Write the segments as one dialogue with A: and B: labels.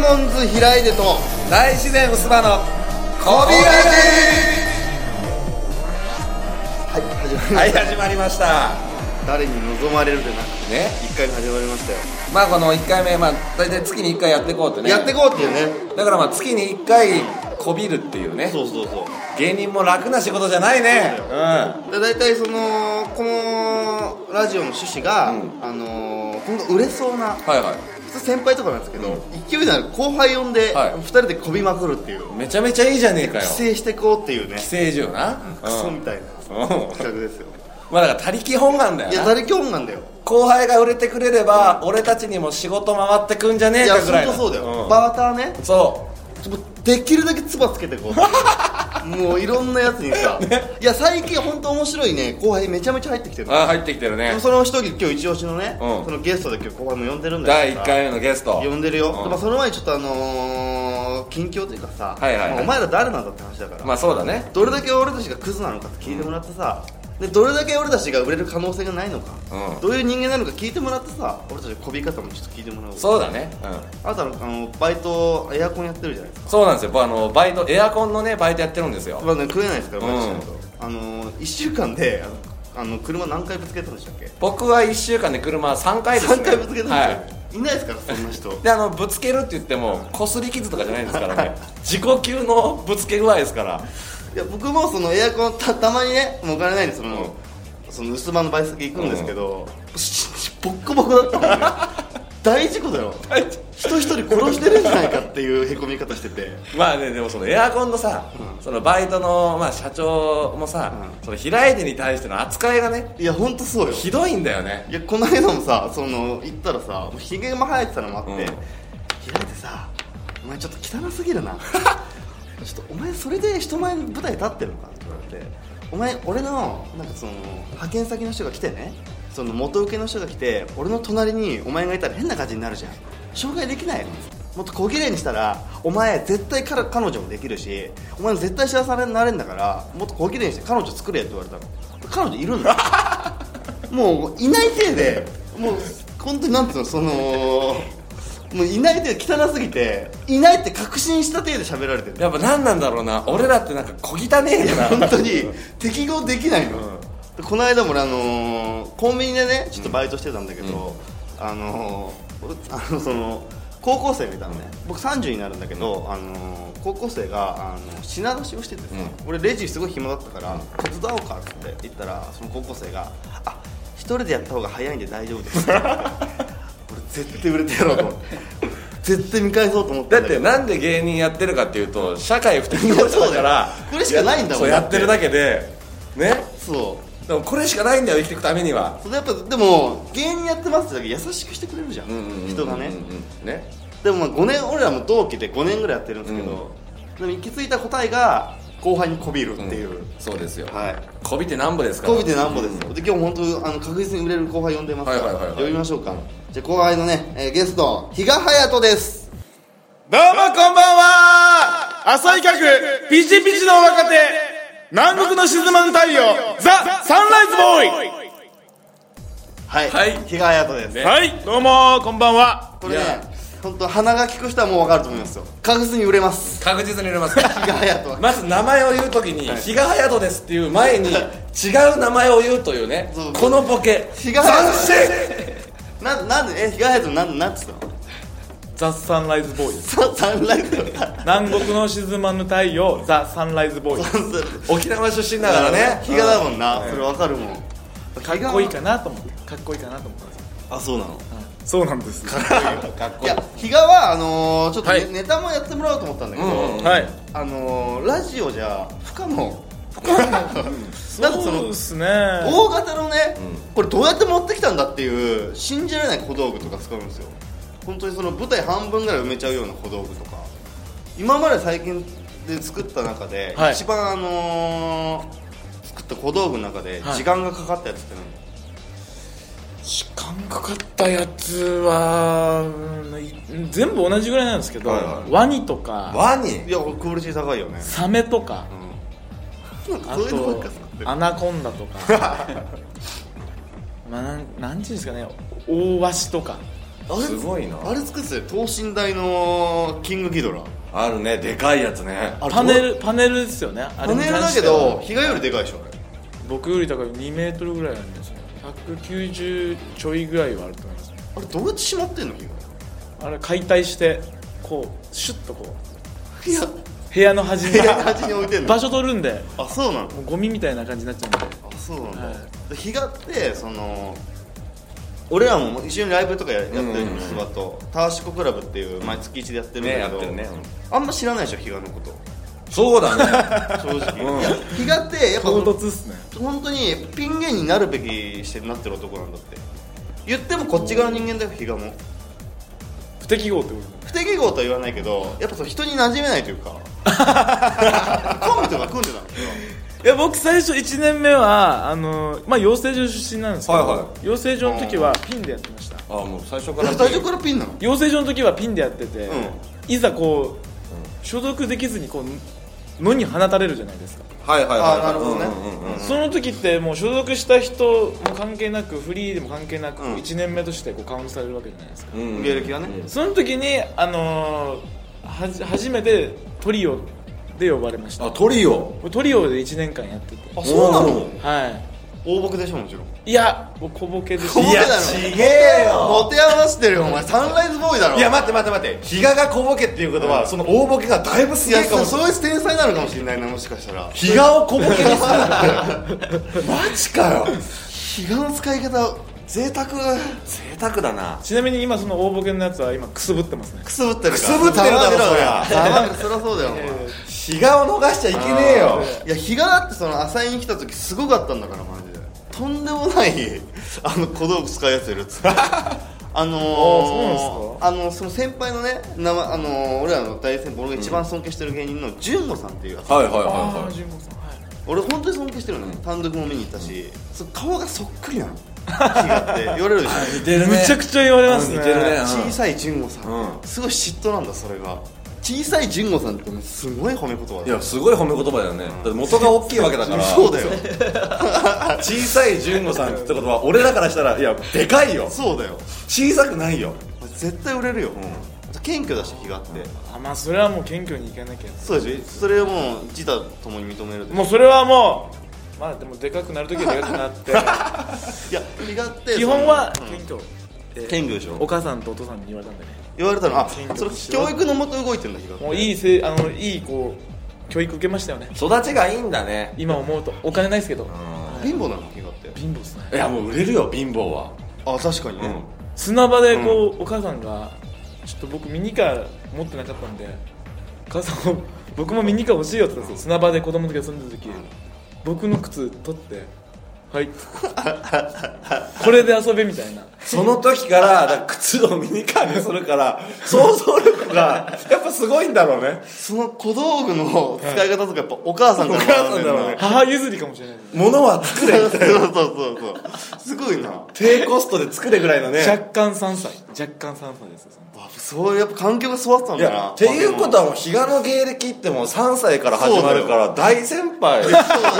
A: モンズ平出と
B: 大自然薄葉の
A: こびらじはい始まりま
B: はい
A: した、
B: 始まりました
A: 誰に望まれるでなく
B: ね
A: 一回目始まりましたよ、
B: まあこの1回目まあ大体月に1回やっていこうってね
A: やってこうっていうね
B: だからまあ月に1回こびるっていうね
A: そうそうそう
B: 芸人も楽な仕事じゃないね
A: そううんで大体そのこのラジオの趣旨が、
B: うん
A: あのー、今後売れそうな
B: はいはい
A: 普通先輩とかなんですけど、勢いのある後輩呼んで、
B: はい
A: 二人でこびまくるっていう
B: めちゃめちゃいいじゃねえかよ
A: 規制してこうっていうね
B: 寄生獣な
A: クソみたいな
B: うん
A: 企画ですよ
B: まあだから他力本願だよ
A: いや
B: な
A: 誰興味なんだよ
B: 後輩が売れてくれれば俺たちにも仕事回ってくんじゃね
A: い
B: え
A: や
B: かぐらい
A: 本当
B: の
A: そうだよ、
B: ん
A: バーターね
B: そ
A: ちょっとできるだけ唾つけてこうもういろんなやつにさ、いや最近本当面白いね後輩めちゃめちゃ入ってきてる
B: うあ入ってきてる
A: で
B: ね
A: もその一人今日一押しのね、
B: うん
A: そのゲストで今日後輩も呼んでるんだ
B: 第
A: けど
B: 1
A: さ
B: 回目のゲスト
A: 呼んでるよ、
B: うん
A: でまあ、その前にちょっとあのー、近況というかさ、
B: はいはいはい
A: まあお前ら誰なんだって話だから、
B: まあそうだね
A: どれだけ俺たちがクズなのかって聞いてもらってさ、でどれだけ俺たちが売れる可能性がないのか、
B: うん
A: どういう人間なのか聞いてもらってさ俺たちのこび方もちょっと聞いてもらおう
B: そうだねうん
A: あなたのあのバイトエアコンやってるじゃないですか
B: そうなんですよ僕あのバイトエアコンのねバイトやってるんですよ
A: まあね、食えないですから、
B: うん
A: バイトしないとあの1週間であのあの車何回ぶつけたんでしたっけ、
B: 僕は1週間で車3回ですね
A: 3回ぶつけたんですよ、、
B: はい
A: ないですからそんな人
B: いであのぶつけるって言ってもこすり傷とかじゃないですからね自己級のぶつけ具合ですから
A: いや僕もそのエアコンたたまにねもうお金ないんでその、
B: うん
A: その薄番のバイト先行くんですけど、しボッコボコだったもんね 大事故だよ人一人殺してるんじゃないかっていうへこみ方してて
B: まあねでもそのエアコンのさ、
A: うん
B: そのバイトの、まあ、社長もさ、
A: う
B: その平出に対しての扱いがね
A: いやほんとそうよ
B: ひどいんだよね
A: いやこの間もさその行ったらさもうひげも生えてたのもあって、
B: うん
A: 開いてさ「お前ちょっと汚すぎるな ちょっとお前それで人前に舞台立ってるのか?」って言われて「お前俺のなんかその派遣先の人が来てねその元請けの人が来て俺の隣にお前がいたら変な感じになるじゃん紹介できないの?」もっと小綺麗にしたらお前絶対から彼女もできるしお前絶対幸せになれるんだからもっと小綺麗にして彼女作れって言われたの彼女いるんだよもういないせいでもう本当になんていうのそのもういない手が汚すぎていないって確信した手で喋られてる
B: やっぱ何なんだろうな俺らってなんか小汚ねえよな
A: 本当に適合できないの、
B: うん
A: でこの間も俺あのーコンビニでねちょっとバイトしてたんだけど、あのー俺あのその高校生がいたのね、僕30になるんだけど、あのー高校生があの品出しをしててさ、俺レジすごい暇だったから手伝おうかって言ったらその高校生が「あ一人でやった方が早いんで大丈夫です」 って言って俺絶対売れてやろうと思って絶対見返そうと思って
B: だってなんで芸人やってるかっていうと社会不適合者
A: い
B: だ
A: やそう
B: か
A: だよ
B: ら
A: これしかないんだもん
B: そうやってるだけでね
A: そう
B: でもこれしかないんだよ生きていくためには
A: それやっぱでも芸人やってますってだけ優しくしてくれるじゃん,、人がね、
B: うんね
A: でもまあ5年俺らも同期で5年ぐらいやってるんですけど、でも行き着いた答えが後輩にこびるっていう、
B: そうですよ
A: はい
B: こびてなんぼですから
A: こびてなんぼですよ、で今日本当あの確実に売れる後輩呼んでますから、
B: はいはいはいはい
A: 呼びましょうかじゃあ後輩のね、えーゲスト比嘉隼人です
C: どうもこんばんは浅井企画ピチピチの若手南国の沈まぬ太陽ザ・サンライズボ
A: はい、
B: はい
A: 比嘉隼人です、
C: ーイはいどうもこんばんは
A: これ
B: い
A: ね
B: や
A: 本当鼻が利く人はもう分かると思いますよ確実に売れます
B: 確実に売れます
A: 比嘉隼人は
B: まず名前を言うときに「比嘉隼人です」っていう前に違う名前を言うというね
A: そう
B: このボケ
A: 比嘉隼人ななんでえ比嘉隼人なんなんつったの
C: ザ・サンライズボーイズ
A: さサンライズ
C: 南国の沈まぬ太陽ザ・サンライズボーイズ
B: 沖縄出身だからね
A: 比嘉だもんな、それわかるもんか
C: かっこいいかなと思ってかっこいいかなと思ったんですよ
A: あそうなの
C: そうなんです
B: かっ
A: い
B: こいい
A: や比嘉はあのー、ちょっとね、
C: はい
A: ネタもやってもらおうと思ったんだけど、
B: うんうん
C: はい
A: あのー、ラジオじゃ不可能だってそ
C: そう
A: の
C: ですね
A: 大型のね、これどうやって持ってきたんだっていう信じられない小道具とか使うんですよ本当にその舞台半分ぐらい埋めちゃうような小道具とか今まで最近で作った中で、
C: はい
A: 一番あのー、作った小道具の中で
C: はい
A: 時間がかかったやつって何、
C: 時間かかったやつはうん全部同じぐらいなんですけど
B: はいはい
C: ワニとか
B: ワニ
A: いやクオリティ高いよね
C: サメとか
A: なんか
C: あ
A: そういうのばっ
C: と
A: か作ってる
C: アナコンダと かまあなんなんていうんですかね大ワシとか
A: あれ
B: すごいな
A: あれ作ってたよ等身大のキングギドラ
B: あるねでかいやつね
A: あれ
D: パネルパネルですよねあ
A: パ
D: れに
A: ネルだ
D: 関
A: け
D: しては
A: ど比嘉よりでかいでしょあれ
D: 僕より高い2メートルぐらいあるんですよ190ちょいぐらいはあると思います
A: あれどうやってしまってんの比
D: あれ解体してこうシュッとこう
A: 嘉いや
D: 部屋の端に
A: 部屋の 端に置いてんの
D: 場所取るんで
A: あそうなの
D: もうゴミみたいな感じになっちゃうんで
A: あそうなんだ、
D: はい
A: で比嘉ってその俺らも一緒にライブとかややってる
B: うんうんうん
A: 人だと、タワシコクラブっていう毎月一でやってるんだ
B: ね
A: け
B: やっ
A: ど、
B: てるね
A: あんま知らないでしょ比嘉の こと
B: そ うだね
A: 正直、
B: うん
A: いや比嘉ってやっぱ
D: 唐突っすね
A: 本当にピン芸人になるべきしてなってる男なんだって言ってもこっち側の人間だよ比嘉も
D: 不適合ってこと
A: 不適合とは言わないけどやっぱその人に馴染めないという かコンビとか組んでたんだけど
D: いや僕最初1年目はあのまあ養成所出身なんですけど、
B: はいは
D: 養成所の時はピンでやってました
B: あもう最初
A: だ か
B: か
A: らら最初からピンなの
D: 養成所の時はピンでやってて、
A: うん
D: いざこう所属できずにこう野に放たれるじゃないですか、
B: はいはいはい
A: あなるほどね
B: うんうんうんうん
D: その時ってもう所属した人も関係なくフリーでも関係なく
A: うん
D: 1年目としてこうカウントされるわけじゃないですか、
B: うん
A: 芸歴がね
D: その時にあのーはじ初めてトリオで呼ばれました
B: あトリオ
D: トリオで1年間やってて
A: あそうな
B: お
A: の
B: ー
D: は
A: 大ボケでしょもちろん
D: いいやもう小ボケで
A: 小ボ
D: し
A: ケだろ
B: げえ
A: 持て余してるよお前サンライズボーイだろ
B: いや待って待って待って比嘉が小ボケっていうことはその大ボケがだいぶす
A: い
B: げえ
A: や
B: かもしれない
A: そういう天才なのかもしれないなもしかしたら
B: 比嘉を小ボケにするって マジかよ
A: 日がの使い方贅沢
B: 贅沢だな
D: ちなみに今その大ボケのやつは今くすぶってますね
A: くすぶってるから
B: くすぶってるだろそりゃ
A: やばいそりゃそうだよお前
B: 比嘉を逃しちゃいけねえよ
A: いや日がだってその浅井に来た時すごかったんだからマジでとんでもない あの小道具使うやついるっ つってあのー、
D: そう
A: あのその先輩のね名前あのー俺らの大先輩俺が一番尊敬してる芸人の純吾さんっていうやつ
B: はいはいはい
D: あ
B: は
D: あ
B: い
D: 純子さんはい
A: 俺本当に尊敬してるのよ、単独も見に行ったし、そ顔がそっくりなの気がって言われ るでしょ
B: 似てるね
D: むちゃくちゃ言われますね
B: うん似てるね
A: 小さい純吾さん、
B: う
A: すごい嫉妬なんだそれが小さい純吾さんってすごい褒め言葉
B: い
A: だよ
B: やすごい褒め言葉だよねだって元が大きいわけだ から
A: そうだよ
B: 小さい純子さんってことは俺らからしたらいやでかいよ
A: そうだよ
B: 小さくないよ
A: 絶対売れるよ、謙虚だし日があって、
D: あまあそれはもう謙虚にいかなきゃ
A: そうでしょそれをもう自他ともに認めるでしょ
D: もうそれはもうまあでもでかくなるときはでかくな っ
A: いや日がってそ
D: て
A: の
D: 基本は
A: うん
D: 謙虚、えー
A: 謙虚でし
D: お
A: ょ
D: 母さんとお父さんに言われたんでね
A: 言われたのあ
D: 謙虚
A: それ
D: にしろ
A: 教育のもと動いてんだ日が
D: もういいせいあのいいこう教育受けましたよね
B: 育ちがいいんだね
D: 今思うとお金ないですけど
A: 貧乏なの日がって
D: 貧乏っすね
B: いやもう売れるよ貧乏は
A: あ確かにね、
D: 砂場でこう、お母さんがちょっと僕ミニカー持ってなかったんでお母さんも僕もミニカー欲しいよって言ったんですよ砂場で子供の時遊んでた時僕の靴取ってはい これで遊べみたいな
B: その時からだから靴をミニカーにするから想像力がやっぱすごいんだろうね
A: その小道具の使い方とかやっぱお母さんからん
B: お母さんだろうね
D: 母譲りかもしれないです
B: 物は作れ
A: そうそうそうそうすごいな
B: 低コストで作れぐらいのね
D: 若干3歳若干3歳ですよその
A: あそういうやっぱ環境が育ってたん
B: い
A: だな
B: やっていうことはもう比嘉の芸歴ってもう3歳から始まるから大先輩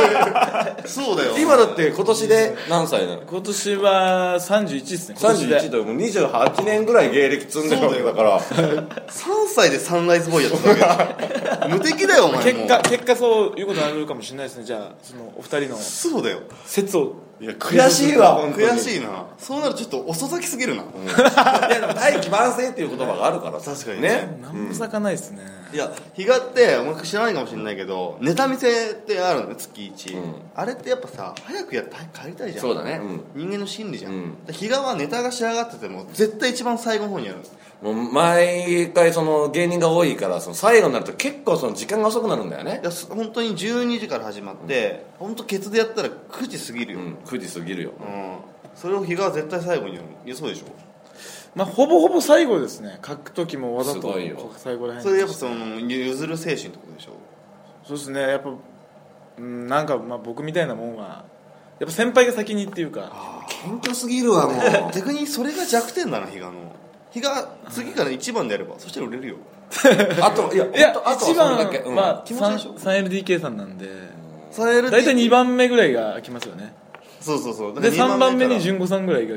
A: そうだよ
B: 今だって今年で何歳なの
D: 今年は31ですね今年で
B: 31ともう28年ぐらい芸歴積んでるわけだから
A: 3歳でサンライズボーイやってたわけだよ 無敵だよお前もう
D: 結果結果そういうことになるかもしれないですねじゃあそのお二人の
A: そうだよ
D: 説を
B: いや悔しいわ本当に
A: 悔しいなそうなるとちょっと遅咲きすぎるな、
B: いやでも大器晩成っていう言葉があるから
A: 確かにね
B: ね
D: 何も咲かないですね、
A: いや日がってお前知らないかもしれないけどネタ見せってあるのよ月1、
B: うん
A: あれってやっぱさ早くやって早く帰りたいじゃん
B: そうだねうん
A: 人間の心理じゃん、
B: うん
A: だから日がはネタが仕上がってても絶対一番最後の方にやるの
B: もう毎回その芸人が多いからその最後になると結構その時間が遅くなるんだよね
A: いやす本当に12時から始まって、本当ケツでやったら9時過ぎる
B: う
A: よ、うん
B: ん9時過ぎるよ
A: それを日が絶対最後にやるいやそうでしょ、
D: まあほぼほぼ最後ですね書く時もわざ
B: す
D: と
B: ごいよ
D: こう最後らへん
A: それやっぱその譲る精神ってことでしょ
D: そうですねやっぱうんなんかまあ僕みたいなもんはやっぱ先輩が先にっていうか
B: 謙虚すぎるわもう
A: 逆にそれが弱点だな日がの日が次から1番でやればそしたら売れるよ
B: あといや
D: いや
B: ほんとあと
D: 一番
B: はそれだけ、うん
D: は
A: 気持ちでしょ
D: 3LDK さんなんで
A: それ
D: 大体2番目ぐらいが来ますよね
A: そうそうそう
D: で
A: だから
D: 3
A: 二
D: 番目に
A: から
D: 純子さんぐらいが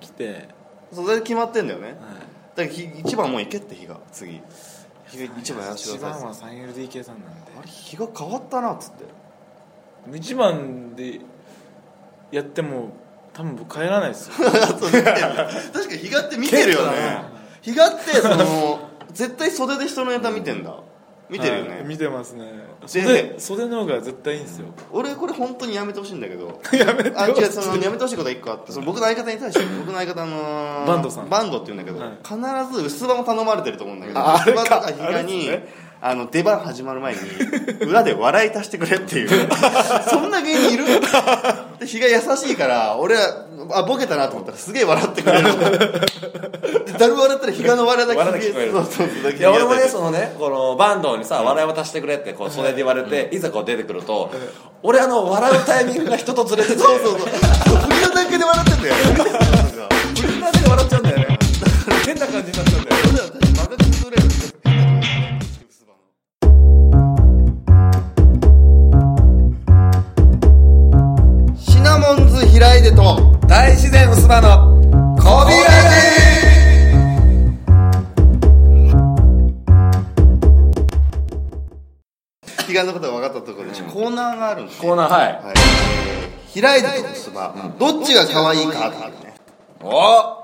D: 来て
A: そうそれで決まってんだよね、
D: い
A: から日一番もう行けって日が次日が一番やらせて
D: 一
A: くだ
D: 番
A: さい
D: は 3LDK さんなんで
A: あれ日が変わったなっつって
D: 一番でやっても多分僕帰らないですよ
A: 確かに日がって見てるよね日がってその絶対袖で人のネタ見てんだ見てるよね、
D: はい見てますね
A: で
D: 袖袖の方が絶対いいんですよ
A: 俺これ本当にやめてほしいんだけどやめてあ違うそのやめてほしいことが1個あってその僕の相方に対して僕の相方の
D: バンドさん
A: バンドって言うんだけど、必ず薄場も頼まれてると思うんだけど
D: ああれか
A: 薄場とか比嘉にあ、の出番始まる前に裏で笑い足してくれっていう そんな芸人いるで比嘉優しいから俺はあボケたなと思ったらすげえ笑ってくれるで誰も笑ったら比嘉の笑いだけすげえ
B: 笑い
A: そう
B: だけ聞こえる
A: そうそうだけ
B: いや俺もね
A: 聞こ
B: そのねこのバンドにさ笑い渡してくれってこう袖で言われて、いざこう出てくると、俺あの笑うタイミングが人とずれてて そうそうそう
A: えたそう振りの段階で笑ってんだよなんか
B: みんなで笑っちゃうんだよね変な感じになっちゃうんだよ
A: 俺ら私まるで崩れるシナモンズ開いでと
B: 大自然薄葉のコビ
A: 悲願のことが分かったところで、コーナーがあるんです
B: コーナーはい
A: はいえー開いでとスバ、どっちが可愛いかっていうね
B: おお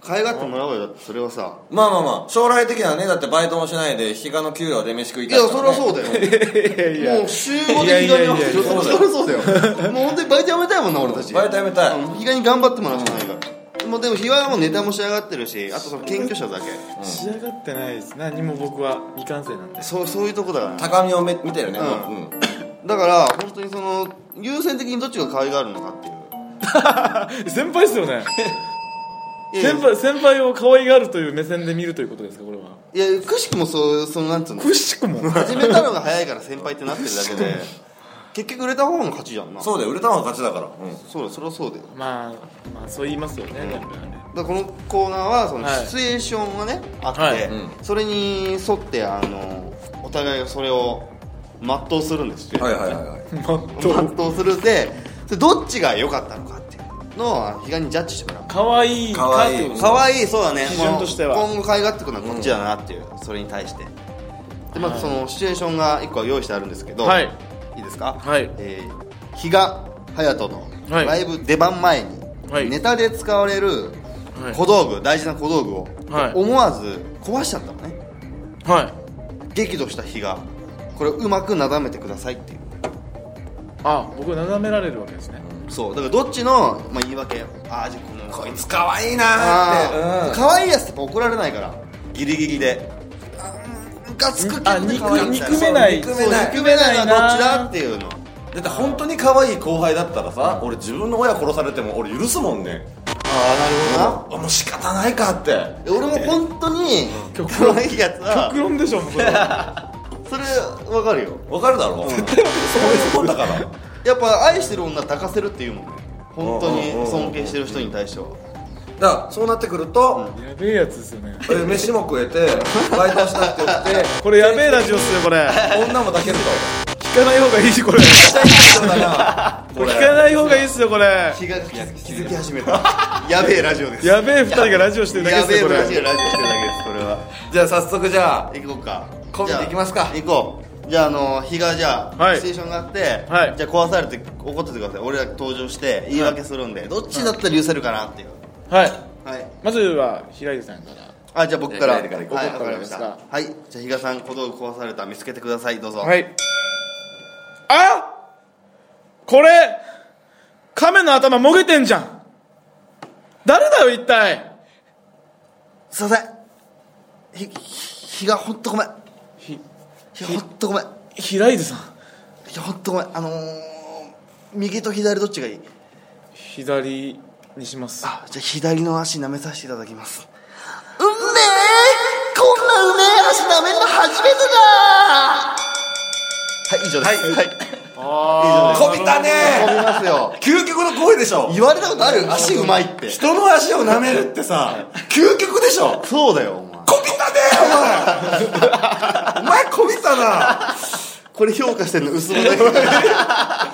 A: 可愛がってもらおうよだってそれはさ
B: まあまあまあ将来的にはねだってバイトもしないで日賀の給料で飯食い
A: い
B: たい
A: や
B: から、ね、
A: それはそう
B: う
A: だよもう週5で日帰りはそ
B: いやいやいや
A: りゃそうだよもう本当にバイトやめたいもんな俺たち
B: バイトやめたい
A: うん日帰り頑張ってもらうしかないからもうでも日はもうネタも仕上がってるしあとその謙虚者だけ
D: 仕上がってないです何も僕は未完成なんで
A: そうそういうとこだからね
B: 高みをめ見てるね、
A: うん
B: うん
A: だから本当にその優先的にどっちが可愛がるのかっていう
D: 先輩ですよね
A: いや
D: 先輩先輩を可愛がるという目線で見るということですかこれはい
A: やいやくしくもそうそのなんつうの
D: くし くも
A: 始めたのが早いから先輩ってなってるだけで 結局売れた方の勝ちじゃんな
B: そうだよ売れたのが勝ちだから、うん
A: そうだそりゃそうだよだか
D: まあまあそう言いますよね、やっぱりね
A: らこのコーナーはその
D: はい
A: シチュエーションがねあって、
D: はい
B: うん
A: それに沿ってあのお互いがそれを全うするんですよ
B: はいはいはいはい
A: 全うするでそれどっちが良かったのかっていうのを比嘉にジャッジしてもらう
D: 可愛いか
B: 可愛い
D: ってこと
A: 可愛いそうだね
D: 基準としては
A: もう今後可愛がってくのはこっちだなっていう、それに対してでまずそのシチュエーションが1個用意してあるんですけど、
D: はい、
A: いいですか
D: はい
A: えー、比嘉隼人の
D: はい
A: ライブ出番前に、
D: はい
A: ネタで使われる
D: はい
A: 小道具大事な小道具を、
D: はい
A: 思わず壊しちゃったのね
D: はい
A: 激怒した比嘉これをうまくなだめてくださいっていう
D: あ僕眺められるわけ ですね、
A: そうだからどっちの、まあ、言い訳ああじゃあこの
B: こいつ可愛いなーって、
A: あ
B: うん
A: ー可愛いやつってやっぱ怒られないからギリギリであームカつくけど
D: あ
A: ね
D: 憎
A: 可愛いみたい
D: 憎めない
B: そう憎
A: そう憎めないのはどっちだっていうの
B: だって本当に可愛い後輩だったらさ俺自分の親殺されても俺許すもんね
A: あ
B: あもう仕方ないかって
A: あなるほどな俺も本当に
D: 極
A: 可愛いやつは
D: 極論でしょもうそれは
A: それわかるよ
B: わかるだろ、う絶対そういうも んだから
A: やっぱ愛してる女は抱かせるっていうもんね本当
B: うんうんうんう
A: に
B: ん
A: 尊敬してる人に対しては
B: だからそうなってくると、
D: やべえやつですよね
B: え飯も食え てバイトしたって言って
D: これやべえラジオっすねこれ
B: 女も抱けると
D: 聞かない方がいい しこれ
B: 期待してるんだなこれ
D: 聞かない方がいいっすよこれ
A: 気が気づき始めた やべえラジオですや
D: やべえ二人がラジオしてるだけです
A: べえ
D: よこれ
A: ラジオラジオしてるだけですこれは
B: じゃあ早速じゃあ
A: 行こうか
B: コンビで行きますか
A: じゃあ行こうじゃああの日がじゃあ、
D: はい
A: シチュエーションがあって、
D: はい
A: じゃあ壊されて怒っててください俺ら登場して言い訳するんで、どっちだったら許せるかなっていう
D: はい
A: はい
D: まずは平井さんから
A: あじゃあ僕から
B: じゃあ左から
A: はい
B: 行
A: わ
B: こう
A: かりました
D: 僕
A: はいじゃあ比嘉さん小道具壊された見つけてくださいどうぞ、
D: はいあこれ亀の頭もげてんじゃん誰だよ一体
A: すいませんひひ日がほんとごめん
D: ひ
A: ひほんとごめん
D: 平井さん
A: ひほんとごめんあのー、右と左どっちがいい
D: 左にします
A: あじゃあ左の足舐めさせていただきますうんめえこんなうめえ足舐めるの初めてだはい以上ですはい、
D: あ
B: こびたね
A: 飛びますよ
B: 究極の行為でしょ
A: 言われたことある足うまい って
B: 人の足を舐めるってさ究極でしょ
A: そうだよお前
B: こびたねお前お前こびたな
A: これ評価してんの薄葉 だ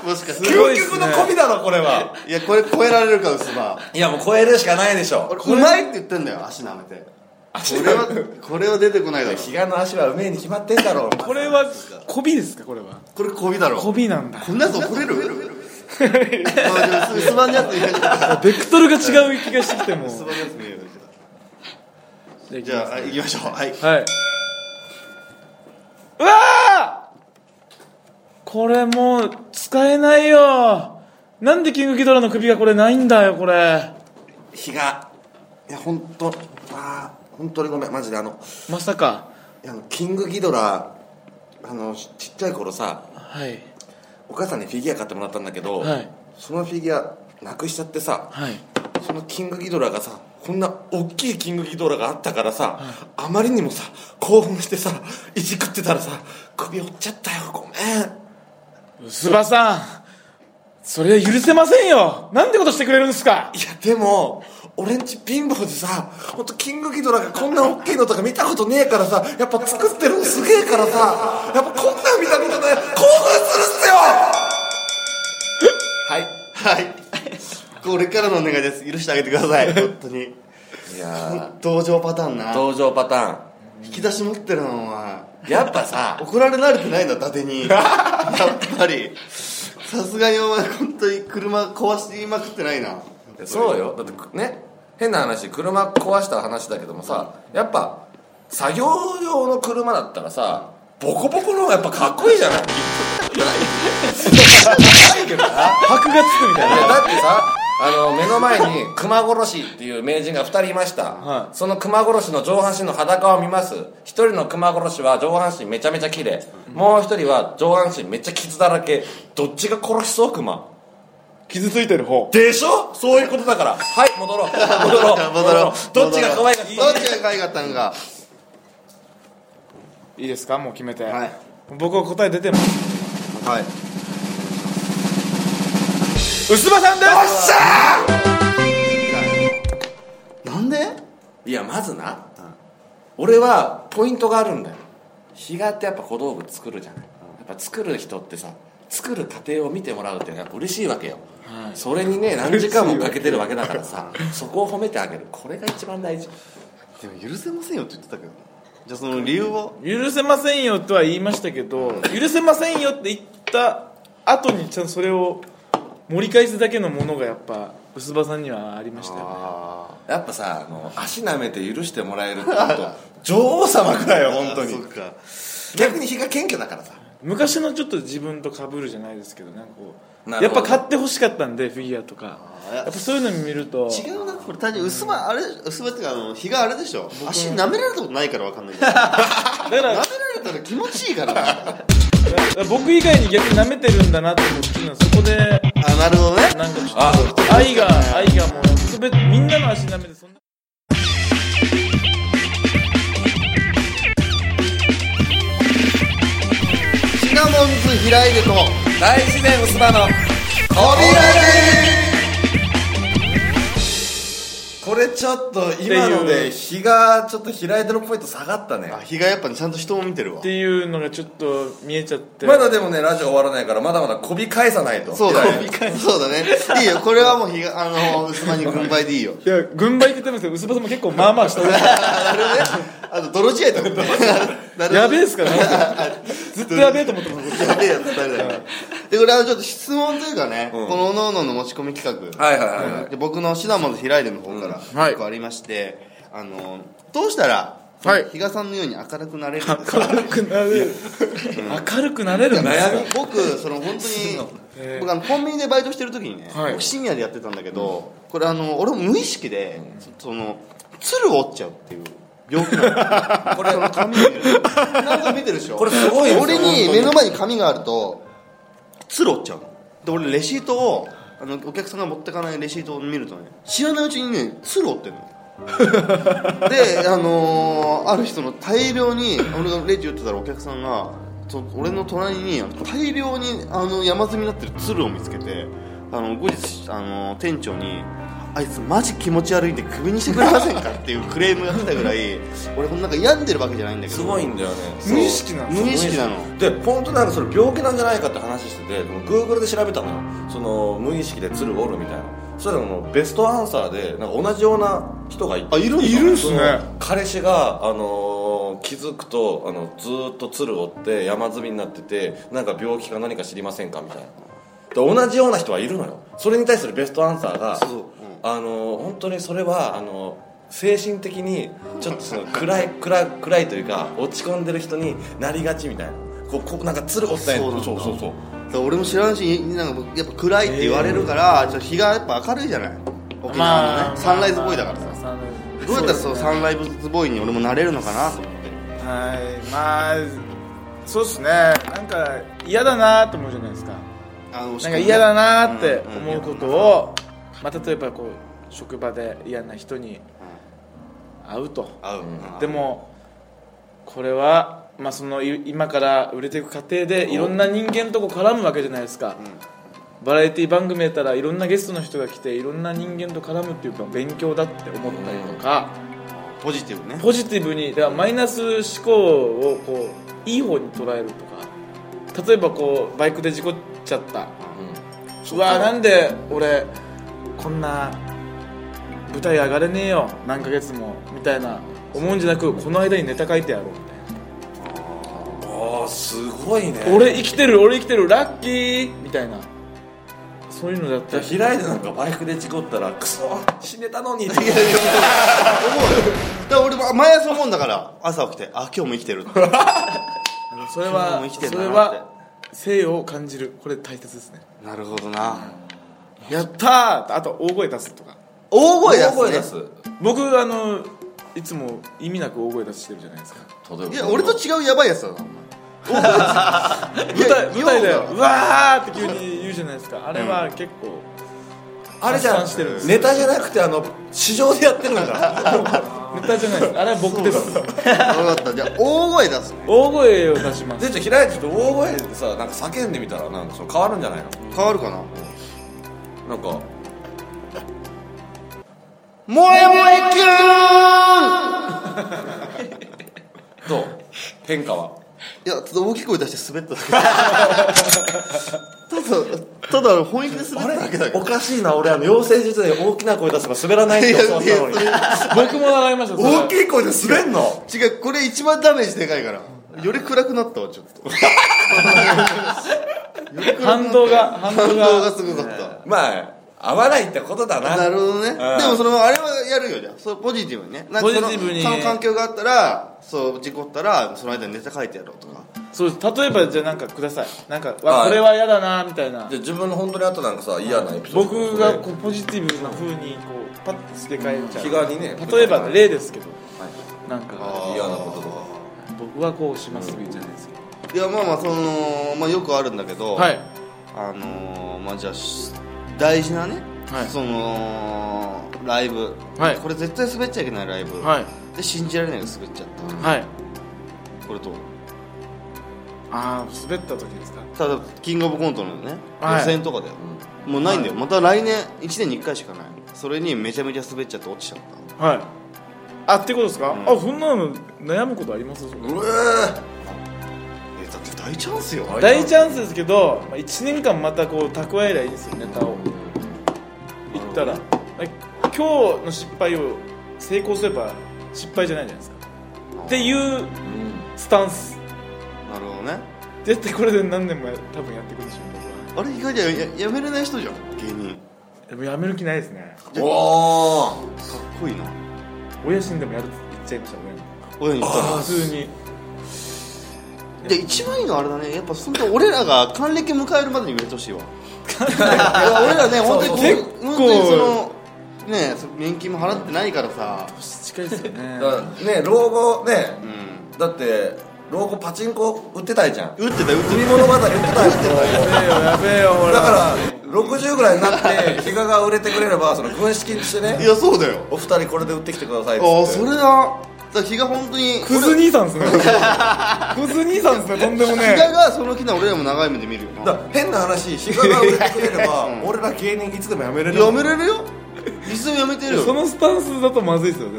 A: けもしかして
D: すごい
B: 究
D: っすね
B: 極のこびだろこれはい
A: やこれ超えられるか薄葉
B: いやもう超えるしかないでしょ
A: 俺うまいって言ってんだよ足舐めてこれは これは出てこないだろ
B: 比嘉の足はうめえに決まってんだろう
D: これは媚びですかこれは
A: これこびだろ
D: 媚びなんだ
A: こんなやつ怒れ るあでもすばんじゃって言う
D: ベクトルが違う気がしてきても
A: すばんじゃって言う じ
D: じ
A: ゃあはい行きましょうはい
D: あはいうわあこれもう使えないよなんでキングギドラの首がこれないんだよこれ
B: 比嘉いや本当あー本当にごめんマジであの
D: まさか
B: いやあのキングギドラあのちちっちゃい頃さ
D: はい
B: お母さんにフィギュア買ってもらったんだけど、
D: はい
B: そのフィギュアなくしちゃってさ
D: はい
B: そのキングギドラがさこんな大きいキングギドラがあったからさ、あまりにもさ興奮してさいじくってたらさ首折っちゃったよごめん
D: 薄葉さんそれは許せませんよなんてことしてくれるんですか
B: いやでも俺んち貧乏でさ本当キングギドラがこんな大きいのとか見たことねえからさやっぱ作ってるのすげえからさやっぱこんなん見たことない興奮するっすよはい
A: はいこれからのお願いです許してあげてくださ い本当に
B: いや
A: 同情パターンな
B: 登場パター
A: 引き出し持ってるなお前
B: ンやっぱさ
A: 怒られ慣れてないんだ伊達 にやっぱりさすがにお前本当に車壊しまくってないな
B: そうよだってね変な話車壊した話だけどもさやっぱ作業用の車だったらさボコボコの方がやっぱかっこいいじゃないいやいいけどな
D: 箔がつくみたいな
B: だってさあの目の前に熊殺しっていう名人が2人いました、
D: はい
B: その熊殺しの上半身の裸を見ます1人の熊殺しは上半身めちゃめちゃ綺麗、もう1人は上半身めっちゃ傷だらけどっちが殺しそう熊
D: 傷ついてる方
B: でしょそういうことだからはい戻 ろう戻ろう
A: 戻ろう
B: どっちが可愛いか
A: どっちが可愛かったんか
D: いいですかもう決めて、
A: はい
D: 僕は答え出てます
A: はい
D: 薄葉さんです
A: なんで
B: いやまずな、俺はポイントがあるんだよ比嘉ってやっぱ小道具作るじゃない、やっぱ作る人ってさ作る過程を見てもらうっていうのはやっぱ嬉しいわけよ、それにね何時間もかけてるわけだからさそこを褒めてあげるこれが一番大事
A: でも許せませんよって言ってたけどじゃあその理由を
D: 許せませんよとは言いましたけど許せませんよって言った後にちゃんとそれを盛り返すだけのものがやっぱ薄葉さんにはありましたよ
A: あ
B: やっぱさあの足舐めて許してもらえるって本当女王様くらいよ本当に
A: そっか
B: 逆に比嘉謙虚だからさ
D: 昔のちょっと自分と被るじゃないですけどなんかこう
B: な
D: や
B: る
D: っ
B: ほど
D: ぱ買ってほしかったんでフィギュアとか
A: ー
D: やっぱそういうの見ると
A: 違うなこれ単純に薄まあれ薄まっていうかあの日があれでしょ足舐められたことないからわかんないけど舐
D: だから
A: められたら気持ちいい からな
D: 僕以外に逆に舐めてるんだなって思ってるのはそこで
A: あなるほどね
D: なんかちょっ
B: あ
D: と愛が愛がもう特別みんなの足舐めてそんな
A: シナモンズ開いでと
B: 大自然薄葉のこれちょっと今の
D: ってい
B: で
D: う
B: 日がちょっと開いてるポイント下がったね
A: あ日がやっぱちゃんと人を見てるわ
D: っていうのがちょっと見えちゃって
B: まだでもねラジオ終わらないからまだまだこび返さないと
A: そうだ
B: 平井
A: ねそうだね いいよこれはもう日があの薄まに軍配でいいよ
D: いや軍配って言ってますけど薄葉さんも結構まあまあした
A: なるほどねあと泥仕合とかね なるほど
D: やべえっすから ねずっとやべえと思ってます
A: やべえやつ誰だよでこれはちょっと質問というかね、このおののの持ち込み企画
B: はいはいはいはい
A: で僕のシナモンズ開いでの方から
D: はい
A: 結構ありまして、あのどうしたら、
D: はい
A: 比嘉さんのように明るくなれるんです か
D: 明るくなれる明るくなれるんですか
A: 僕その本当に僕あのコンビニでバイトしてる時にね、
D: はい
A: 僕深夜でやってたんだけど、これあの俺も無意識で、その鶴を折っちゃうっていう病気な のこれその髪見てるなんか見てるでしょ
B: これすごいんですよ
A: 俺に
B: 本当に
A: 目の前に紙があると鶴折っちゃうので俺レシートをあのお客さんが持ってかないレシートを見るとね知らないうちにね鶴折ってんのであのーある人の大量に俺がレジ打ってたらお客さんがそ俺の隣に大量にあの山積みになってる鶴を見つけてあの後日、あのー店長に「あいつマジ気持ち悪いんでクビにしてくれませんか?」っていうクレームが来たぐらい俺こんなんか病んでるわけじゃないんだけど
B: すごいんだよね
A: そう
D: 無意識なの
A: 無意識なの
B: で本当なんかそれ病気なんじゃないかって話しててグーグルで調べたのよその無意識で鶴折るみたいなそしたらもうベストアンサーでなんか同じような人がいて
C: あいるんだいるんすね
B: その彼氏が、あのー気づくとあのずーっと鶴を追って山積みになっててなんか病気か何か知りませんかみたいなで同じような人はいるのよそれに対するベストアンサーが
A: そううん
B: あのー本当にそれはあのー精神的にちょっとその暗い暗い暗いというか落ち込んでる人になりがちみたいなこうこうなんか鶴を追ったり
A: そうなんだ
B: そうそうそう
A: だから俺も知らんしなんかやっぱ暗いって言われるから、ちょっと日がやっぱ明るいじゃない沖縄のね、サンライズボーイだからさ、
D: サンライズ
A: どうやったらそ
D: そう
A: う
D: ですね
A: サンライズボーイに俺もなれるのかなと思って
D: はいまあそうっすねなんか嫌だなと思うじゃないですか
A: あの
D: なんか嫌だなって思うことを、まあ、例えばこう職場で嫌な人に会うと
A: 合う、
D: でもこれは、まあ、そのい今から売れていく過程でいろんな人間とこう絡むわけじゃないですか、バラエティ番組やったらいろんなゲストの人が来ていろんな人間と絡むっていうか勉強だって思ったりとか、
A: ポジティブね
D: ポジティブにだからマイナス思考をこういい方に捉えるとか例えばこうバイクで事故っちゃったうわなんで俺こんな舞台上がれねえよ何ヶ月もみたいな思うんじゃなくこの間にネタ書いてやろうみたい
B: ああすごいね
D: な俺生きてる俺生きてるラッキーみたいなそういうのだったら
B: 開いてなんかバイクで事故ったらクソ死ねたの にって
A: いやいや思うよだから俺も毎朝思うんだから朝起きてあ今日も生きてるって
D: それ
A: 今
D: は
A: 日も生きてん
D: そ
A: だ
D: れ
A: なって
D: は生を感じるこれ大切ですね
A: なるほどな
D: やったーあと大声出すとか
A: 大声出す,、ね、
D: 僕あのいつも意味なく大声出してるじゃないですか
A: いや俺と違うヤバいやつだな
D: 舞台舞台で
A: よ
D: うわーって急に言うじゃないですかあれは結構、
B: あれじゃ
D: 発散してるんです
B: んネタじゃなくてあの市場でやってるんだ
D: ネタじゃないですあれは僕です
A: 分かったじゃあ大声出すね
D: 大声を出します
B: でじゃあ開いてちょっと大声でさなんか叫んでみたらなんかその変わるんじゃないの
A: 変わるかな
B: なんか
A: もえもえキューン
B: どう変化はい
A: やちょっと大きい声出して滑っただけただただ本気で滑っただけだけ
B: お
A: ど
B: かしいな俺あの養成所で大きな声出せば滑らないって教わったのに
A: いやい
D: 僕も習いましたそれ
B: 大きい声で滑んの
A: 違うこれ一番ダメージでかいからより暗くなったわちょっとより暗くなった
D: 反動が反動
A: 反動
D: が
A: がすごかった、
B: まあ合わないってことだな
A: なるほどね、で
B: ん
A: もそのあれはやるよじゃあそれポジティブにねなんかその
D: ポジティブに
A: その環境があったらそう事故ったらその間にネタ書いてやろうとか
D: そうです例えばじゃあなんかくださいなんか
B: は
D: わ
B: い
D: これは嫌だなみたいな
B: じゃあ自分の本当にあったなんかさ嫌なエピソード
D: 僕がこうポジティブな風にこうパッと付け替えちゃう
B: 気軽にね
D: 例えば例ですけどなんか
A: あ
B: 嫌なこととか
D: 僕はこうしますじゃないですか
A: ーいやまあまあその、まあ、よくあるんだけど、
D: はい
A: あのー、まあじゃあし大事なね、
D: はい
A: そのライブ、
D: はい
A: これ絶対滑っちゃいけないライブ、
D: はい
A: で信じられないけど滑っちゃった
D: はい
A: これと
D: ああ滑った時ですか
A: ただキングオブコントのね
D: はい
A: 予選とかだよ、もうないんだよ、また来年1年に1回しかないそれにめちゃめちゃ滑っちゃって落ちちゃった
D: はいあってことですか、あそんなの悩むことあります
B: うえ
A: えだって大チャンスよ
D: 大チャンスですけど、まあ、1年間またこう蓄えりゃいいんですよネタを言ったら今日の失敗を成功すれば失敗じゃないじゃないですかっていうスタンス
A: なるほどね
D: 絶対これで何年もや多分やってくるでしょう僕
A: あれ意外とやややめれない人じゃん芸人
D: はでもやめる気ないですね
B: おー
A: かっこいいな
D: 親死んでもやるって言っちゃいました親
A: 親に
D: に
A: 言ったら
D: 普通に
A: で一番いいのはあれだねやっぱ本当俺らが還暦迎えるまでに売れてほしいわいや俺らね本当にこう
D: そうそう
A: 本当にそのねそ年金も払ってないからさ
D: 近いです よね
B: だからね老後ね
A: うん
B: だって老後パチンコ売ってたいじゃん
A: 打ってた打って
B: 海物語売ってたいじゃん
D: やべえよやべえよほら
B: だから60ぐらいになって比嘉が売れてくれればその軍資金として
A: たい
B: ね
A: やそうだよ
B: お二人これで売ってきてくださいっつって
A: ああそれだだから日が本当に
D: クズ兄さんですねクズ兄さんですねとんでもね
A: 日
D: え
A: ががその気なら俺らも長い目で見るよな
B: だから変な話比嘉が売れてくれれば俺ら芸人いつでも辞めれる
A: やめれるよリスムやめてるよ
D: そのスタンスだとまずいですよね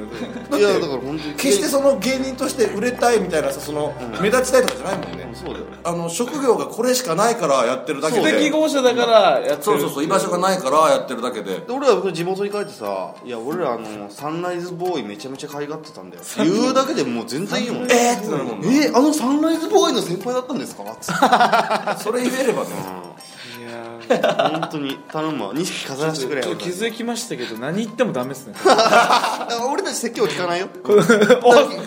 A: いやだから本当に
B: 決してその芸人として売れたいみたいなさその目立ちたいとかじゃないもんね
A: そうだよ
B: あの職業がこれしかないからやってるだけ
D: 不適
B: で
D: 合者だからやってる
B: そうそうそう居場所がないからやってるだけで
A: で俺ら地元に帰ってさ「いや俺らあのサンライズボーイめちゃめちゃ可愛がってたんだよ」言うだけでもう全然いいもんね
B: えーってなるもんね
A: えあのサンライズボーイの先輩だったんですか?」っつって
B: それ言えればね
D: いやー
A: 本当に頼むわ錦飾らせてくれ
D: ちょ
A: よ
D: っと気づきましたけど何言ってもダメですね
A: あ俺たち説教聞かないよ
D: お突
A: そう
D: き
A: だ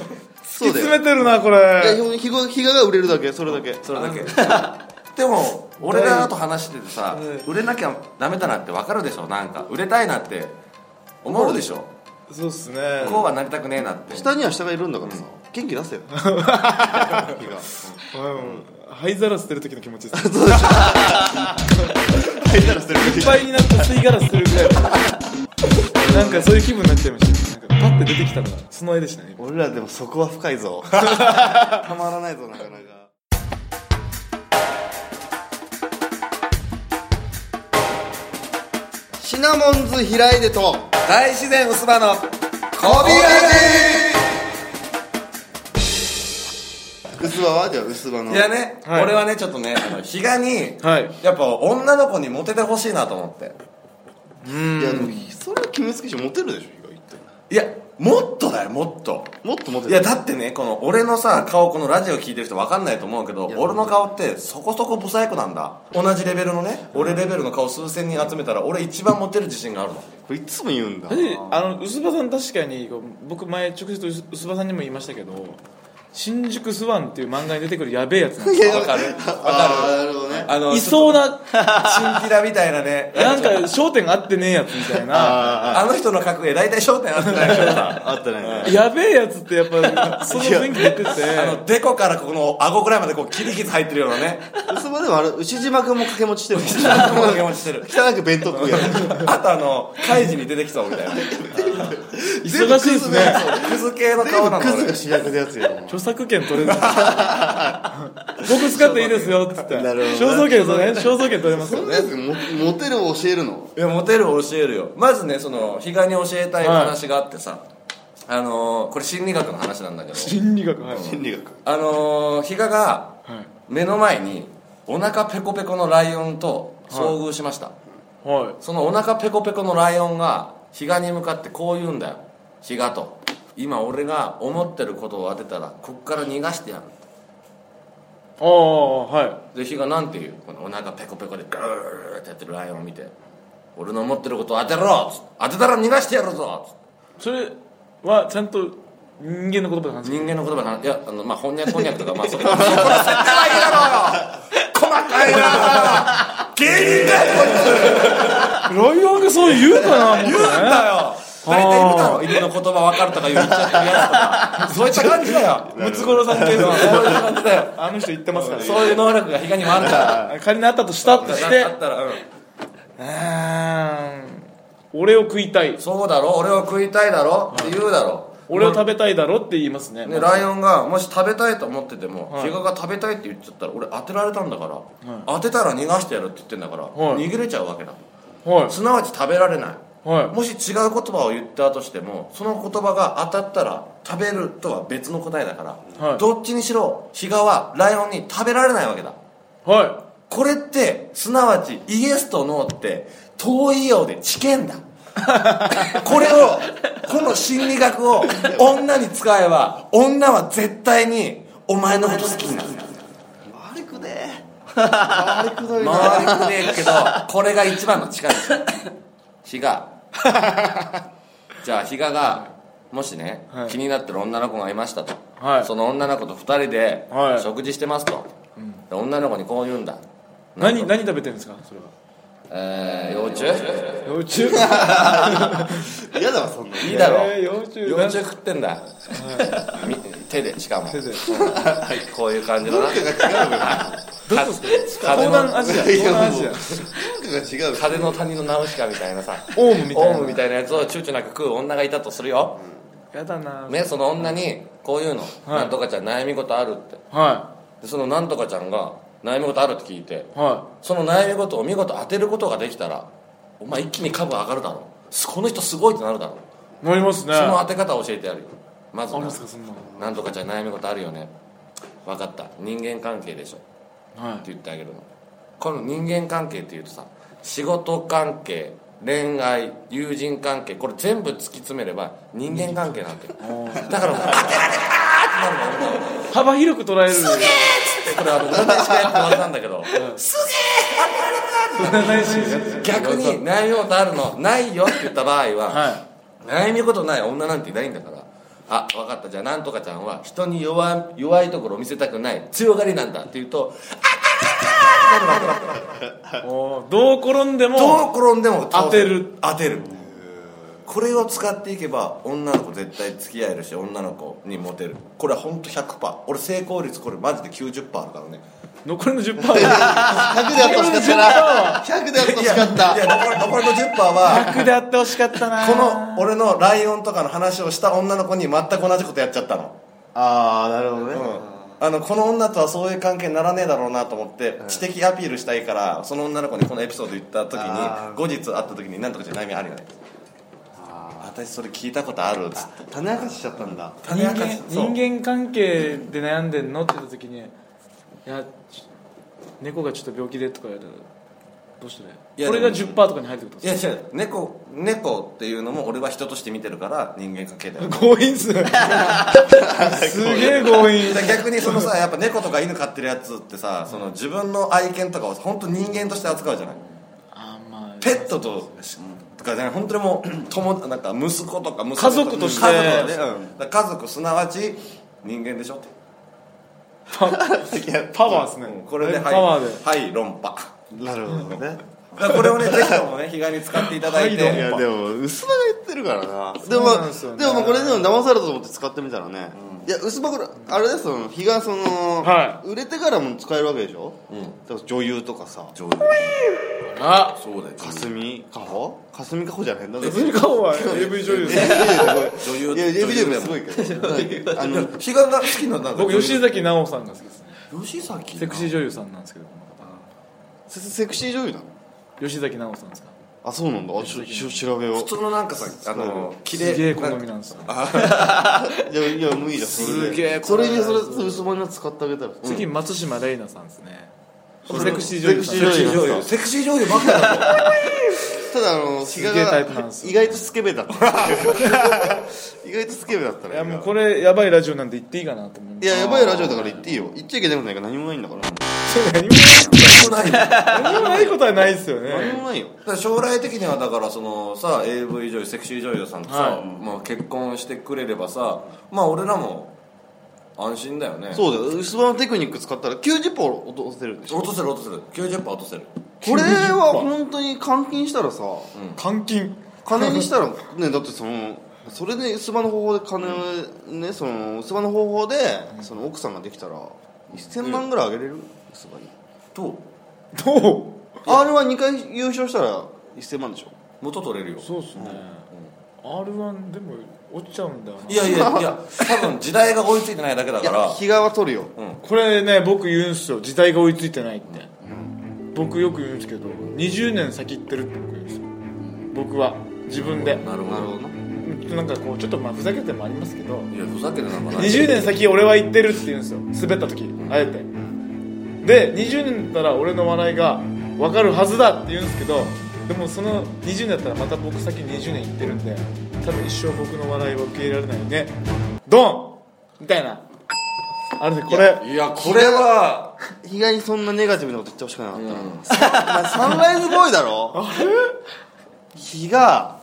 D: 詰
A: よ
D: めてるなこ
A: いや
D: れ
A: 本当に日が日がが売れるだけそれだけ
B: それだけでも俺らと話しててさ
D: うん
B: 売れなきゃダメだなって分かるでしょなんか売れたいなって思うでしょ
D: そうっすね
B: こうはなりたくねえなって
A: 下には下がいるんだからさ元気出せ よ日が
D: うん灰皿捨てる時の気持ちです
A: 入ったら捨てる
D: いっぱいになった吸い殻捨てるぐらいなんかそういう気分になっちゃいましたなんかパッて出てきたのがその絵でしたね
A: 俺らでもそこは深い ぞたまらないぞなかなかシナモンズ開いでと
B: 大自然薄葉のコビ
A: 薄葉はじゃあ薄葉の
B: いやね、
D: はい
B: 俺はねちょっとねあの比嘉に、
D: はい
B: やっぱ女の子にモテてほしいなと思って
A: いやでもそれは決めつけしモテるでしょ意外と
B: いやもっとだよもっと
A: もっとモテ
B: い
A: る
B: やだってねこの俺のさ顔このラジオ聞いてる人分かんないと思うけど
A: や
B: 俺の顔ってそこそこブサイクなんだ同じレベルのね俺レベルの顔数千人集めたら俺一番モテる自信があるの
A: これいつも言うんだ
D: であの薄葉さん確かにこう僕前直接薄薄葉さんにも言いましたけど「新宿スワン」っていう漫画に出てくるやべえやつなん ですよ
B: わかるわ
A: あー
B: か
A: なるほどね
B: るあの
D: いそうな
B: チンピラみたいなね
D: なんか焦点合ってねえやつみたいな
B: あの人の格芸大体焦点合ってないからさ
A: あったね
D: やべえやつってやっぱその雰囲気出てて
B: あのデコからこの顎ぐらいまでこう切り傷入ってるような ね
A: 薄葉でもあれ牛島君も掛け持ちしてるもん
B: 掛け持ちしてる
A: 汚く弁当食うやつ
B: あとあのカイジに出てきそうみたいな
D: 忙しいですね
B: クズ系の
A: 全
B: 顔
A: 部
B: な
A: ク
B: の
A: ズ
B: 俺
A: が主役のやつよ
D: 著作権取れる僕使っていいですよっつって
A: なるほどね
D: 肖像権そうね肖像権取れます
A: そ
D: よ
A: ん
D: ね
A: なやつがモモテるを教えるの
B: いやモテるを教えるよまずねその比嘉に教えたい話があってさ、あのー、これ心理学の話なんだけど
D: 心理学はい
A: 心理学
B: あのー、比嘉が
D: はい
B: 目の前にお腹ペコペコのライオンと遭遇しました、
D: はい
B: そのお腹ペコペコのライオンが比嘉に向かってこう言うんだよ比嘉と今俺が思ってることを当てたらこっから逃がしてやる
D: ああはい
B: で比嘉なんて言うこのお腹ペコペコでグーってやってるライオンを見て俺の思ってることを当てろつって当てたら逃がしてやるぞつって
D: それはちゃんと人間の言葉で話す
B: 人間の言葉なんいやあのまあ翻訳こんにゃくとかまあそこそこの設定はいいだろうよ細かいな芸人だよ
D: ライオンがそう言うかな
B: 言うんだよ大体いるだろ犬の言葉分かるとか言っちゃってるやつとかそういった感じだよ
D: ムツゴロウさん系の
B: そういう感じだよ
D: あの人言ってますからね
B: そういう能力が比嘉にもあるから
D: 仮にあったとしたとして
B: あったら、うん、
D: うーん俺を食いたい
B: そうだろ俺を食いたいだろって言うだろ
D: 俺を食べたいだろって言いますね
B: ね、ライオンがもし食べたいと思ってても、比嘉が食べたいって言っちゃったら俺当てられたんだから、当てたら逃がしてやるって言ってんだから、
D: い
B: 逃げれちゃうわけだ
D: は
B: すなわち食べられない
D: いは
B: もし違う言葉を言ったとしてもその言葉が当たったら食べるとは別の答えだから、
D: はい
B: どっちにしろ比嘉はライオンに食べられないわけだ
D: いは
B: これってすなわちイエスとノーって遠いようで知見だ これをこの心理学を女に使えば女は絶対にお前のこと好きになる
A: 回りくでえ回りくどいな
B: 回りくねえけどこれが一番の力ですよ比嘉じゃあ比嘉がもしね、
D: はい
B: 気になってる女の子がいましたと、
D: はい
B: その女の子と2人で
D: はい
B: 食事してますと、で女の子にこう言うんだ
D: い何何食べてるんですかそれは
B: えー、幼虫
D: 幼虫い
A: 嫌だわそんなの
B: いいだろ、
D: 幼虫
B: 幼虫食ってんだ、 み手でしかも
D: 手で
B: こういう感じのな
A: 文化が違うから
B: か
D: 東
B: 風
D: 南
B: の
D: アジア
A: い
D: 東
A: やもう
D: 南アジア
A: 文化が違うから
B: 風の谷のナウシカみたいなさ
D: オウムみ
B: オウ
D: た
B: ムみ
D: い
B: たいなやつを躊躇なく食う女がいたとするよ、
D: なやだな
B: ね、その女にこういうの、
D: はい
B: なんとかちゃん悩み事あるって
D: は
B: でそのなんとかちゃんが悩み事あるって聞いて
D: いは
B: その悩み事を見事当てることができたらお前一気に株上がるだろすこの人すごいってなるだろう
D: なりますね
B: その
D: あ
B: 当て方を教えてやるよまず
D: り
B: な
D: ますかそんなの
B: なんとかちゃん悩み事あるよね分かった人間関係でしょ
D: は
B: っ
D: い
B: て言ってあげるのこの人間関係っていうとさ仕事関係恋愛友人関係これ全部突き詰めれば人間関係なんてだからもう「当てられた!」ってなるの俺は
D: 幅広く捉えるすげ
B: これあの何でしかやって終わりなんだけど
D: え
B: 逆に悩み事あるのないよって言った場合は、
D: は
B: 悩み事ない女なんていないんだからあ分かったじゃあなんとかちゃんは人に弱弱いところを見せたくない強がりなんだって言うと
D: いおーどう転んで
B: ど
D: も
B: う転んでも倒せ
D: 当てる
B: 当てるこれを使っていけば女の子絶対付き合えるし女の子にモテるこれは本当100%俺成功率これマジで90%あるからね
D: 残りの10%は
A: 100であってほしかったな100であってほしかっ
B: い
A: た
B: や残り残りの10%は
D: 楽であってほしかったな
B: この俺のライオンとかの話をした女の子に全く同じことやっちゃったの
A: ああなるほどね、
B: あのこの女とはそういう関係にならねえだろうなと思って知的アピールしたいからその女の子にこのエピソード言った時
A: あー
B: に後日会った時に何とかじゃ悩みあるよね私それ聞いたことあるっつって
A: 種明かししちゃったんだ
D: 人
B: 種明かしそう
D: 間人間関係で悩んでんのって言った時に「いやち猫がちょっと病気で」とか言われたらどうして
B: いや
D: これが
B: でも
D: 10%とかに入ってくるってこと
B: いや違う猫猫っていうのも俺は人として見てるから人間関係だよ
D: 強引っすね すげえ強引
B: だから逆にそのさやっぱ猫とか犬飼ってるやつってさその自分の愛犬とかを本当人間として扱うじゃない
D: あーまあ
B: ペットととかじゃない本当にもう友なんか息子とか娘と
D: 家族として
B: 家族,、ねうん、だから家族すなわち人間でしょって
D: パワーっすね
B: うんこれでは
D: パワーで
B: いはい論破
A: なるほどね
B: だからこれをねぜひともね日帰り使っていただいて、
A: いやでも薄葉が言ってるからなでも
D: そうなんですよね
A: でもこれでも騙されたと思って使ってみたらね、いや薄葉これあれですその日がその、
D: は
A: 売れてからも使えるわけでしょ、
B: ん
A: だから女優とかさ
B: 上
D: あ
B: そうだよ
A: 霞かほ霞かほじゃないんだ
D: 別に顔は AV 女優です
B: 女
A: い
B: 優
A: や AV 女優
B: で
A: もすごいけどあの
B: 日がが好きなんだ
D: 僕吉崎奈緒さんが好きですね
B: 吉崎
D: セクシー女優さんなんですけど
A: セセクシー女優なの
D: 吉崎奈緒さんですか
A: あそうなんだあちょちょ調べよ
B: 普
A: う
B: 通のなんかさあの綺
D: すげ
B: 麗
D: え好みなんですよ
A: いやいや無理だ
D: すげえ
A: それで
D: こ
A: そ
D: れ
A: れそれ薄葉に使ってあげたら
D: 次松島玲奈さんですね
A: れ
D: セクシー女優さん
A: セクシー女優
B: 女優セクシー女優ばっかだよ
A: ただあの比
D: す
A: 嘉
D: げえタイプなん
A: が
D: ですよ
A: 意外とスケベだ った意外とスケベだった
D: い
A: ね
D: やもうこれやばいラジオなんで言っていいかなと思いま
A: い
D: す
A: ややばいラジオだから言っていいよ言っちゃいけないことないから何もないんだから
D: そう何も
B: ないよ
D: 何もないことはないですよね
A: 何もないよ
B: だ から将来的にはだからそのさ AV 女優セクシー女優さんとさ、
D: はい
B: まあ、結婚してくれればさまあ俺らも安心だよね
A: そうだよ薄葉のテクニック使ったら90%落とせるでしょ
B: 落とせる落とせる90%落とせる
A: これは本当に監禁したらさ
D: 監禁
A: 金にしたらねだってそのそれで薄葉の方法で金ねその薄葉の方法でその奥さんができたら1000万ぐらいあげれる薄葉に
B: と
D: どう
A: R は2回優勝したら1000万でしょ
B: 元取れるよ
D: そうっすね R1 でも落ちちゃうんだよない
B: やいやいや多分時代が追いついてないだけだ
A: い
B: か
A: や
B: ら
A: 比嘉は取るよ
D: これね僕言うんすよ時代が追いついてないって、僕よく言うんですけど20年先行ってるって僕言うんですよ僕は自分で
B: なるほ
A: なる
B: ど
A: ほどな
D: なんかこうちょっとまあふざけてもありますけど
B: いやふざけてなんか ない
D: 20年先俺は行ってるって言うんですよ滑った時あえてで20年だったら俺の笑いが分かるはずだって言うんですけどでもその20年だったらまた僕先20年行ってるんで多分一生僕の笑いは受け入れられないよねドンみたいなあれでこれ
B: いやこれは
A: 比嘉にそんなネガティブなこと言ってほしくなかったな、サンライズボーイだろ比嘉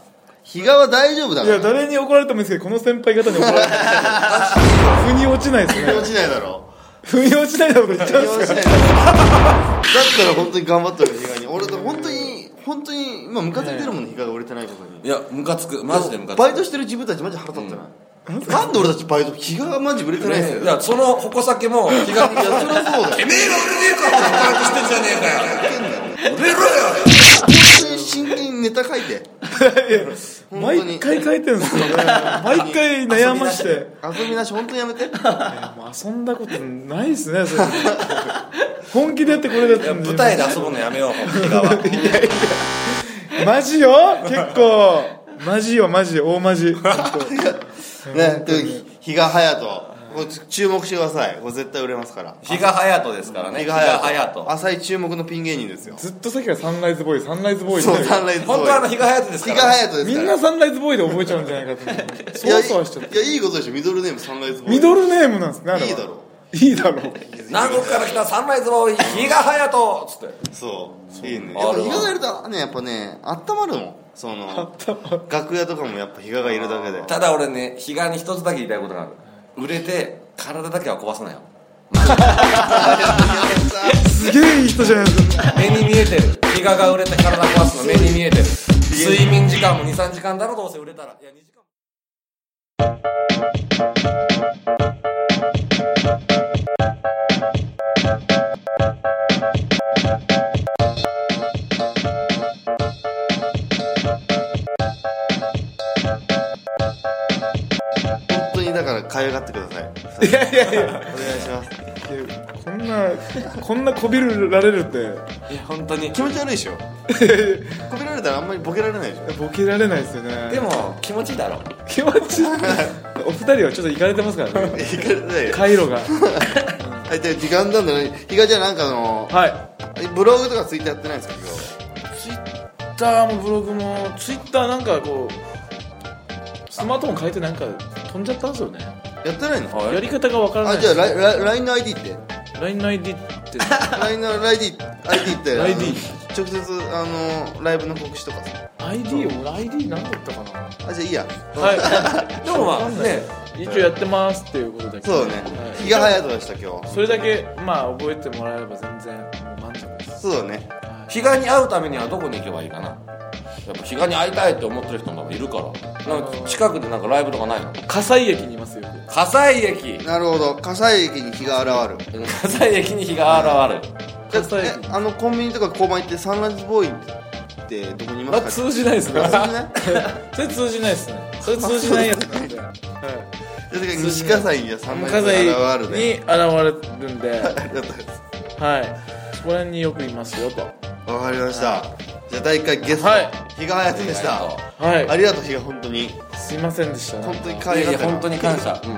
A: 比嘉は大丈夫だ
D: い
A: ろ
D: や誰に怒られてもいいんですけどこの先輩方に怒 られても腑に落ちないです
A: 腑に
D: ね
A: 落ちないだろ
D: 腑に落ちないようなこと言っちゃ
A: 腑
D: う
A: に
D: ん
A: 落
D: です
A: ち
D: か
A: ないだろだったら本当に頑張ってる比嘉に俺だ本当に本当に今ムカついてるもんね比嘉が売れてないことに
B: いやムカつくマジでムカつく
A: バイトしてる自分たちマジ腹立ってない、なんで俺たちバイト比嘉がマジ売れてないんですよ
B: いやその矛先も気が
A: いやそりゃそうだよ
B: てめえが売れねえから働くしてんじゃねえかよ売れろよ
A: 本当に真剣にネタ書いて本当に
D: 毎回書いてるんですよね毎回悩まして
A: 遊びなし本当にやめて
D: いやもう遊んだことないですねそれ本気でやってこれだっ
B: い
D: た
B: や
D: んで
B: 舞台で遊ぶのやめよう本気側
D: マジよ結構マジよマジ大マジ
A: ね、という比嘉隼人、これ注目してください、これ絶対売れますから、
B: 比嘉隼人ですからね
A: 比
B: 比
A: 嘉
B: 嘉
A: 隼
B: 隼
A: 人、
B: 人
A: 浅い注目のピン芸人ですよ、
D: ずっとさっきからサンライズボーイサンライズボーイって
A: そう、サンライズボーイ
B: 本当はあの比嘉隼人です
A: 比
B: か
A: 嘉
B: ら、
A: 隼人です
D: み
A: から、
D: んなサンライズボーイで覚えちゃうんじゃないかと思ってそわそわしちゃっ
A: い
D: て
A: やいいいいことでしょ、ミドルネーム、サンライズボーイ、
D: ミドルネームなんですねあれはい
A: いだろ
D: いいだろう
B: 南国から来たサンライズボーイ比嘉隼人っつって
A: そう、いいね、やっ
B: あ
A: ぱ
B: れは
A: 比嘉がいるとね、やっぱね、あったまるもん、その楽屋とかもやっぱ比嘉がいるだけで、
B: ただ俺ね比嘉に一つだけ言いたいことがある売れて体だけは壊すなよ
D: すげえいい人じゃないですか
B: 目に見えてる比嘉が売れて体壊すの目に見えてる睡眠時間も23時間だろどうせ売れたらいや2時間
A: 本当にだから、かわいがってください、
D: いやいやいや
A: お願いします、
D: こんなこんなこびるられるって
B: いや本当に
A: 気持ち悪いでしょ、こびられたらあんまりボケられないでしょ、
D: ボケられないですよね
B: でも気持ちいいだろ
D: 気持ちいいお二人はちょっといかれてますからね
A: い かれないよ、
D: 回路が
A: はい、で時間なんだね、比嘉じゃあなんかあの、
D: はい
A: ブログとかツイッターやってないんですか、比嘉は。
D: ツイッターもブログもツイッターなんかこうスマートフォン変えてなんか飛んじゃったんですよね
A: やってないの
D: やり方がわからない
A: あじゃあライライ LINE の ID って
D: LINE の ID って
A: LINE の ID, ID ってあ
D: ID
A: の直接あのライブの告知とかさ
D: ID を ID 何だったかな
A: あじゃあいいや
D: はい
B: でもまあ
D: わかんない
B: ね
D: 一応やってますっていうことだけ
A: そうだね
D: はい
A: 日が早とでした今日
D: それだけまあ覚えてもらえれば全然もう満足です
A: そうだね
B: 比嘉に会うためにはどこに行けばいいかなやっぱ比嘉に会いたいって思ってる人もいるからなんか近くでなんかライブとかないの
D: 葛西駅にいますよ
B: 葛西駅
A: なるほど葛西駅に日が現る
B: 葛西駅に日が現れる
D: 葛西
A: え
D: 駅
A: あのコンビニとか交番行ってサンライズボーイってどこにいま
D: あ
A: すか
D: 通じないですね
A: 通じない
D: それ通じないですねそれ通じないやつなんで、はい、
A: 確かに西葛西にじゃあサンライズボ
D: 葛西
A: ーイ現る
D: に
A: ね
D: 現れるんで
A: ありがとうございます
D: はいそこら辺によくいますよと
A: わかりましたじゃあ第1回ゲスト
D: はい
A: 日が早とでした
D: はい
A: ありがとう日が本当に
D: すいませんでしたなん
A: 本
D: か
A: 当に可
B: い
A: 愛
B: や
A: がっ
B: いや
A: たな
B: 本当に感謝うん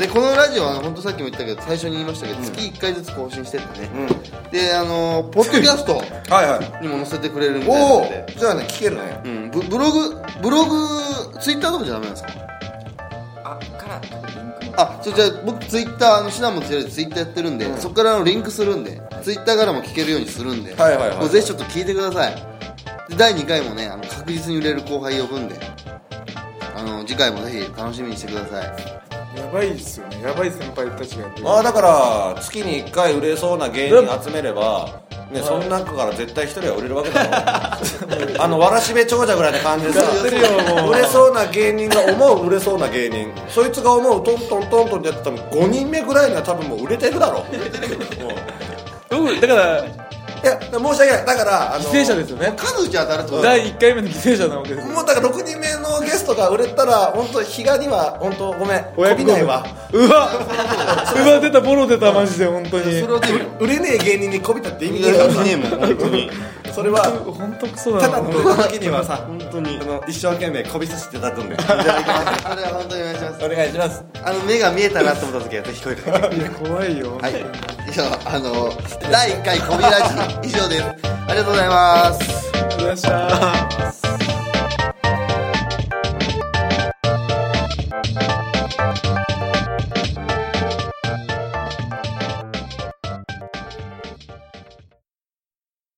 A: でこのラジオは本当さっきも言ったけど最初に言いましたけど、月1回ずつ更新してってね、であのーポッドキャスト
B: はいはい
A: にも載せてくれるみたい
B: お
A: な
B: お
A: んで、
B: じゃあね聞けるね
A: うん、ブブログブログツイッターとかじゃダメなんですか
B: あから
A: あそうじゃあ僕ツイッターあのシナモンとツイッターやってるんで、そこからあのリンクするんでツイッターからも聞けるようにするんで、
B: はいはいはい
A: もうぜひちょっと聞いてくださいで第2回もねあの確実に売れる後輩呼ぶんであの次回もぜひ楽しみにしてください
D: やばいっすよねやばい先輩たちがやってる
B: まあだから月に1回売れそうな芸人集めればね、その中から絶対一人は売れるわけだろ あのわらしべ長者ぐらいな感じでさ
D: やってるよもう
B: 売れそうな芸人が思う売れそうな芸人そいつが思うトントントントンってやってたら5人目ぐらいには多分もう売れてるだ ろう
D: 僕だから
B: いや申し訳ないだからあの
D: 犠牲者ですよね
A: 数打ち当たるってこと
D: 第1回目の犠牲者なわけです
B: もうだから6人目のゲストが売れたら本当比嘉には本当ごめん
D: 親
B: こび
D: 子丼
B: ないわ
D: うわうわ出たボロ出たマジで本当に
A: それはでも
B: 売れねえ芸人にこびたって意味
A: みん
B: な
A: ない意
B: から
A: 味ねえもん本当に
B: それは
D: 本当クソ
B: ただ
D: だな
B: の時にはさ
A: 本当に
B: あの一生懸命こびさせていただく んで
A: いただきます。それは本当にお願いします。
B: お願いします
A: あの目が見えたなと思った時はぜひ声かけて。はい
D: や怖いよ、
A: い。以上あの第1回コビラジ以上です。ありがとうございます。
D: いらっしゃい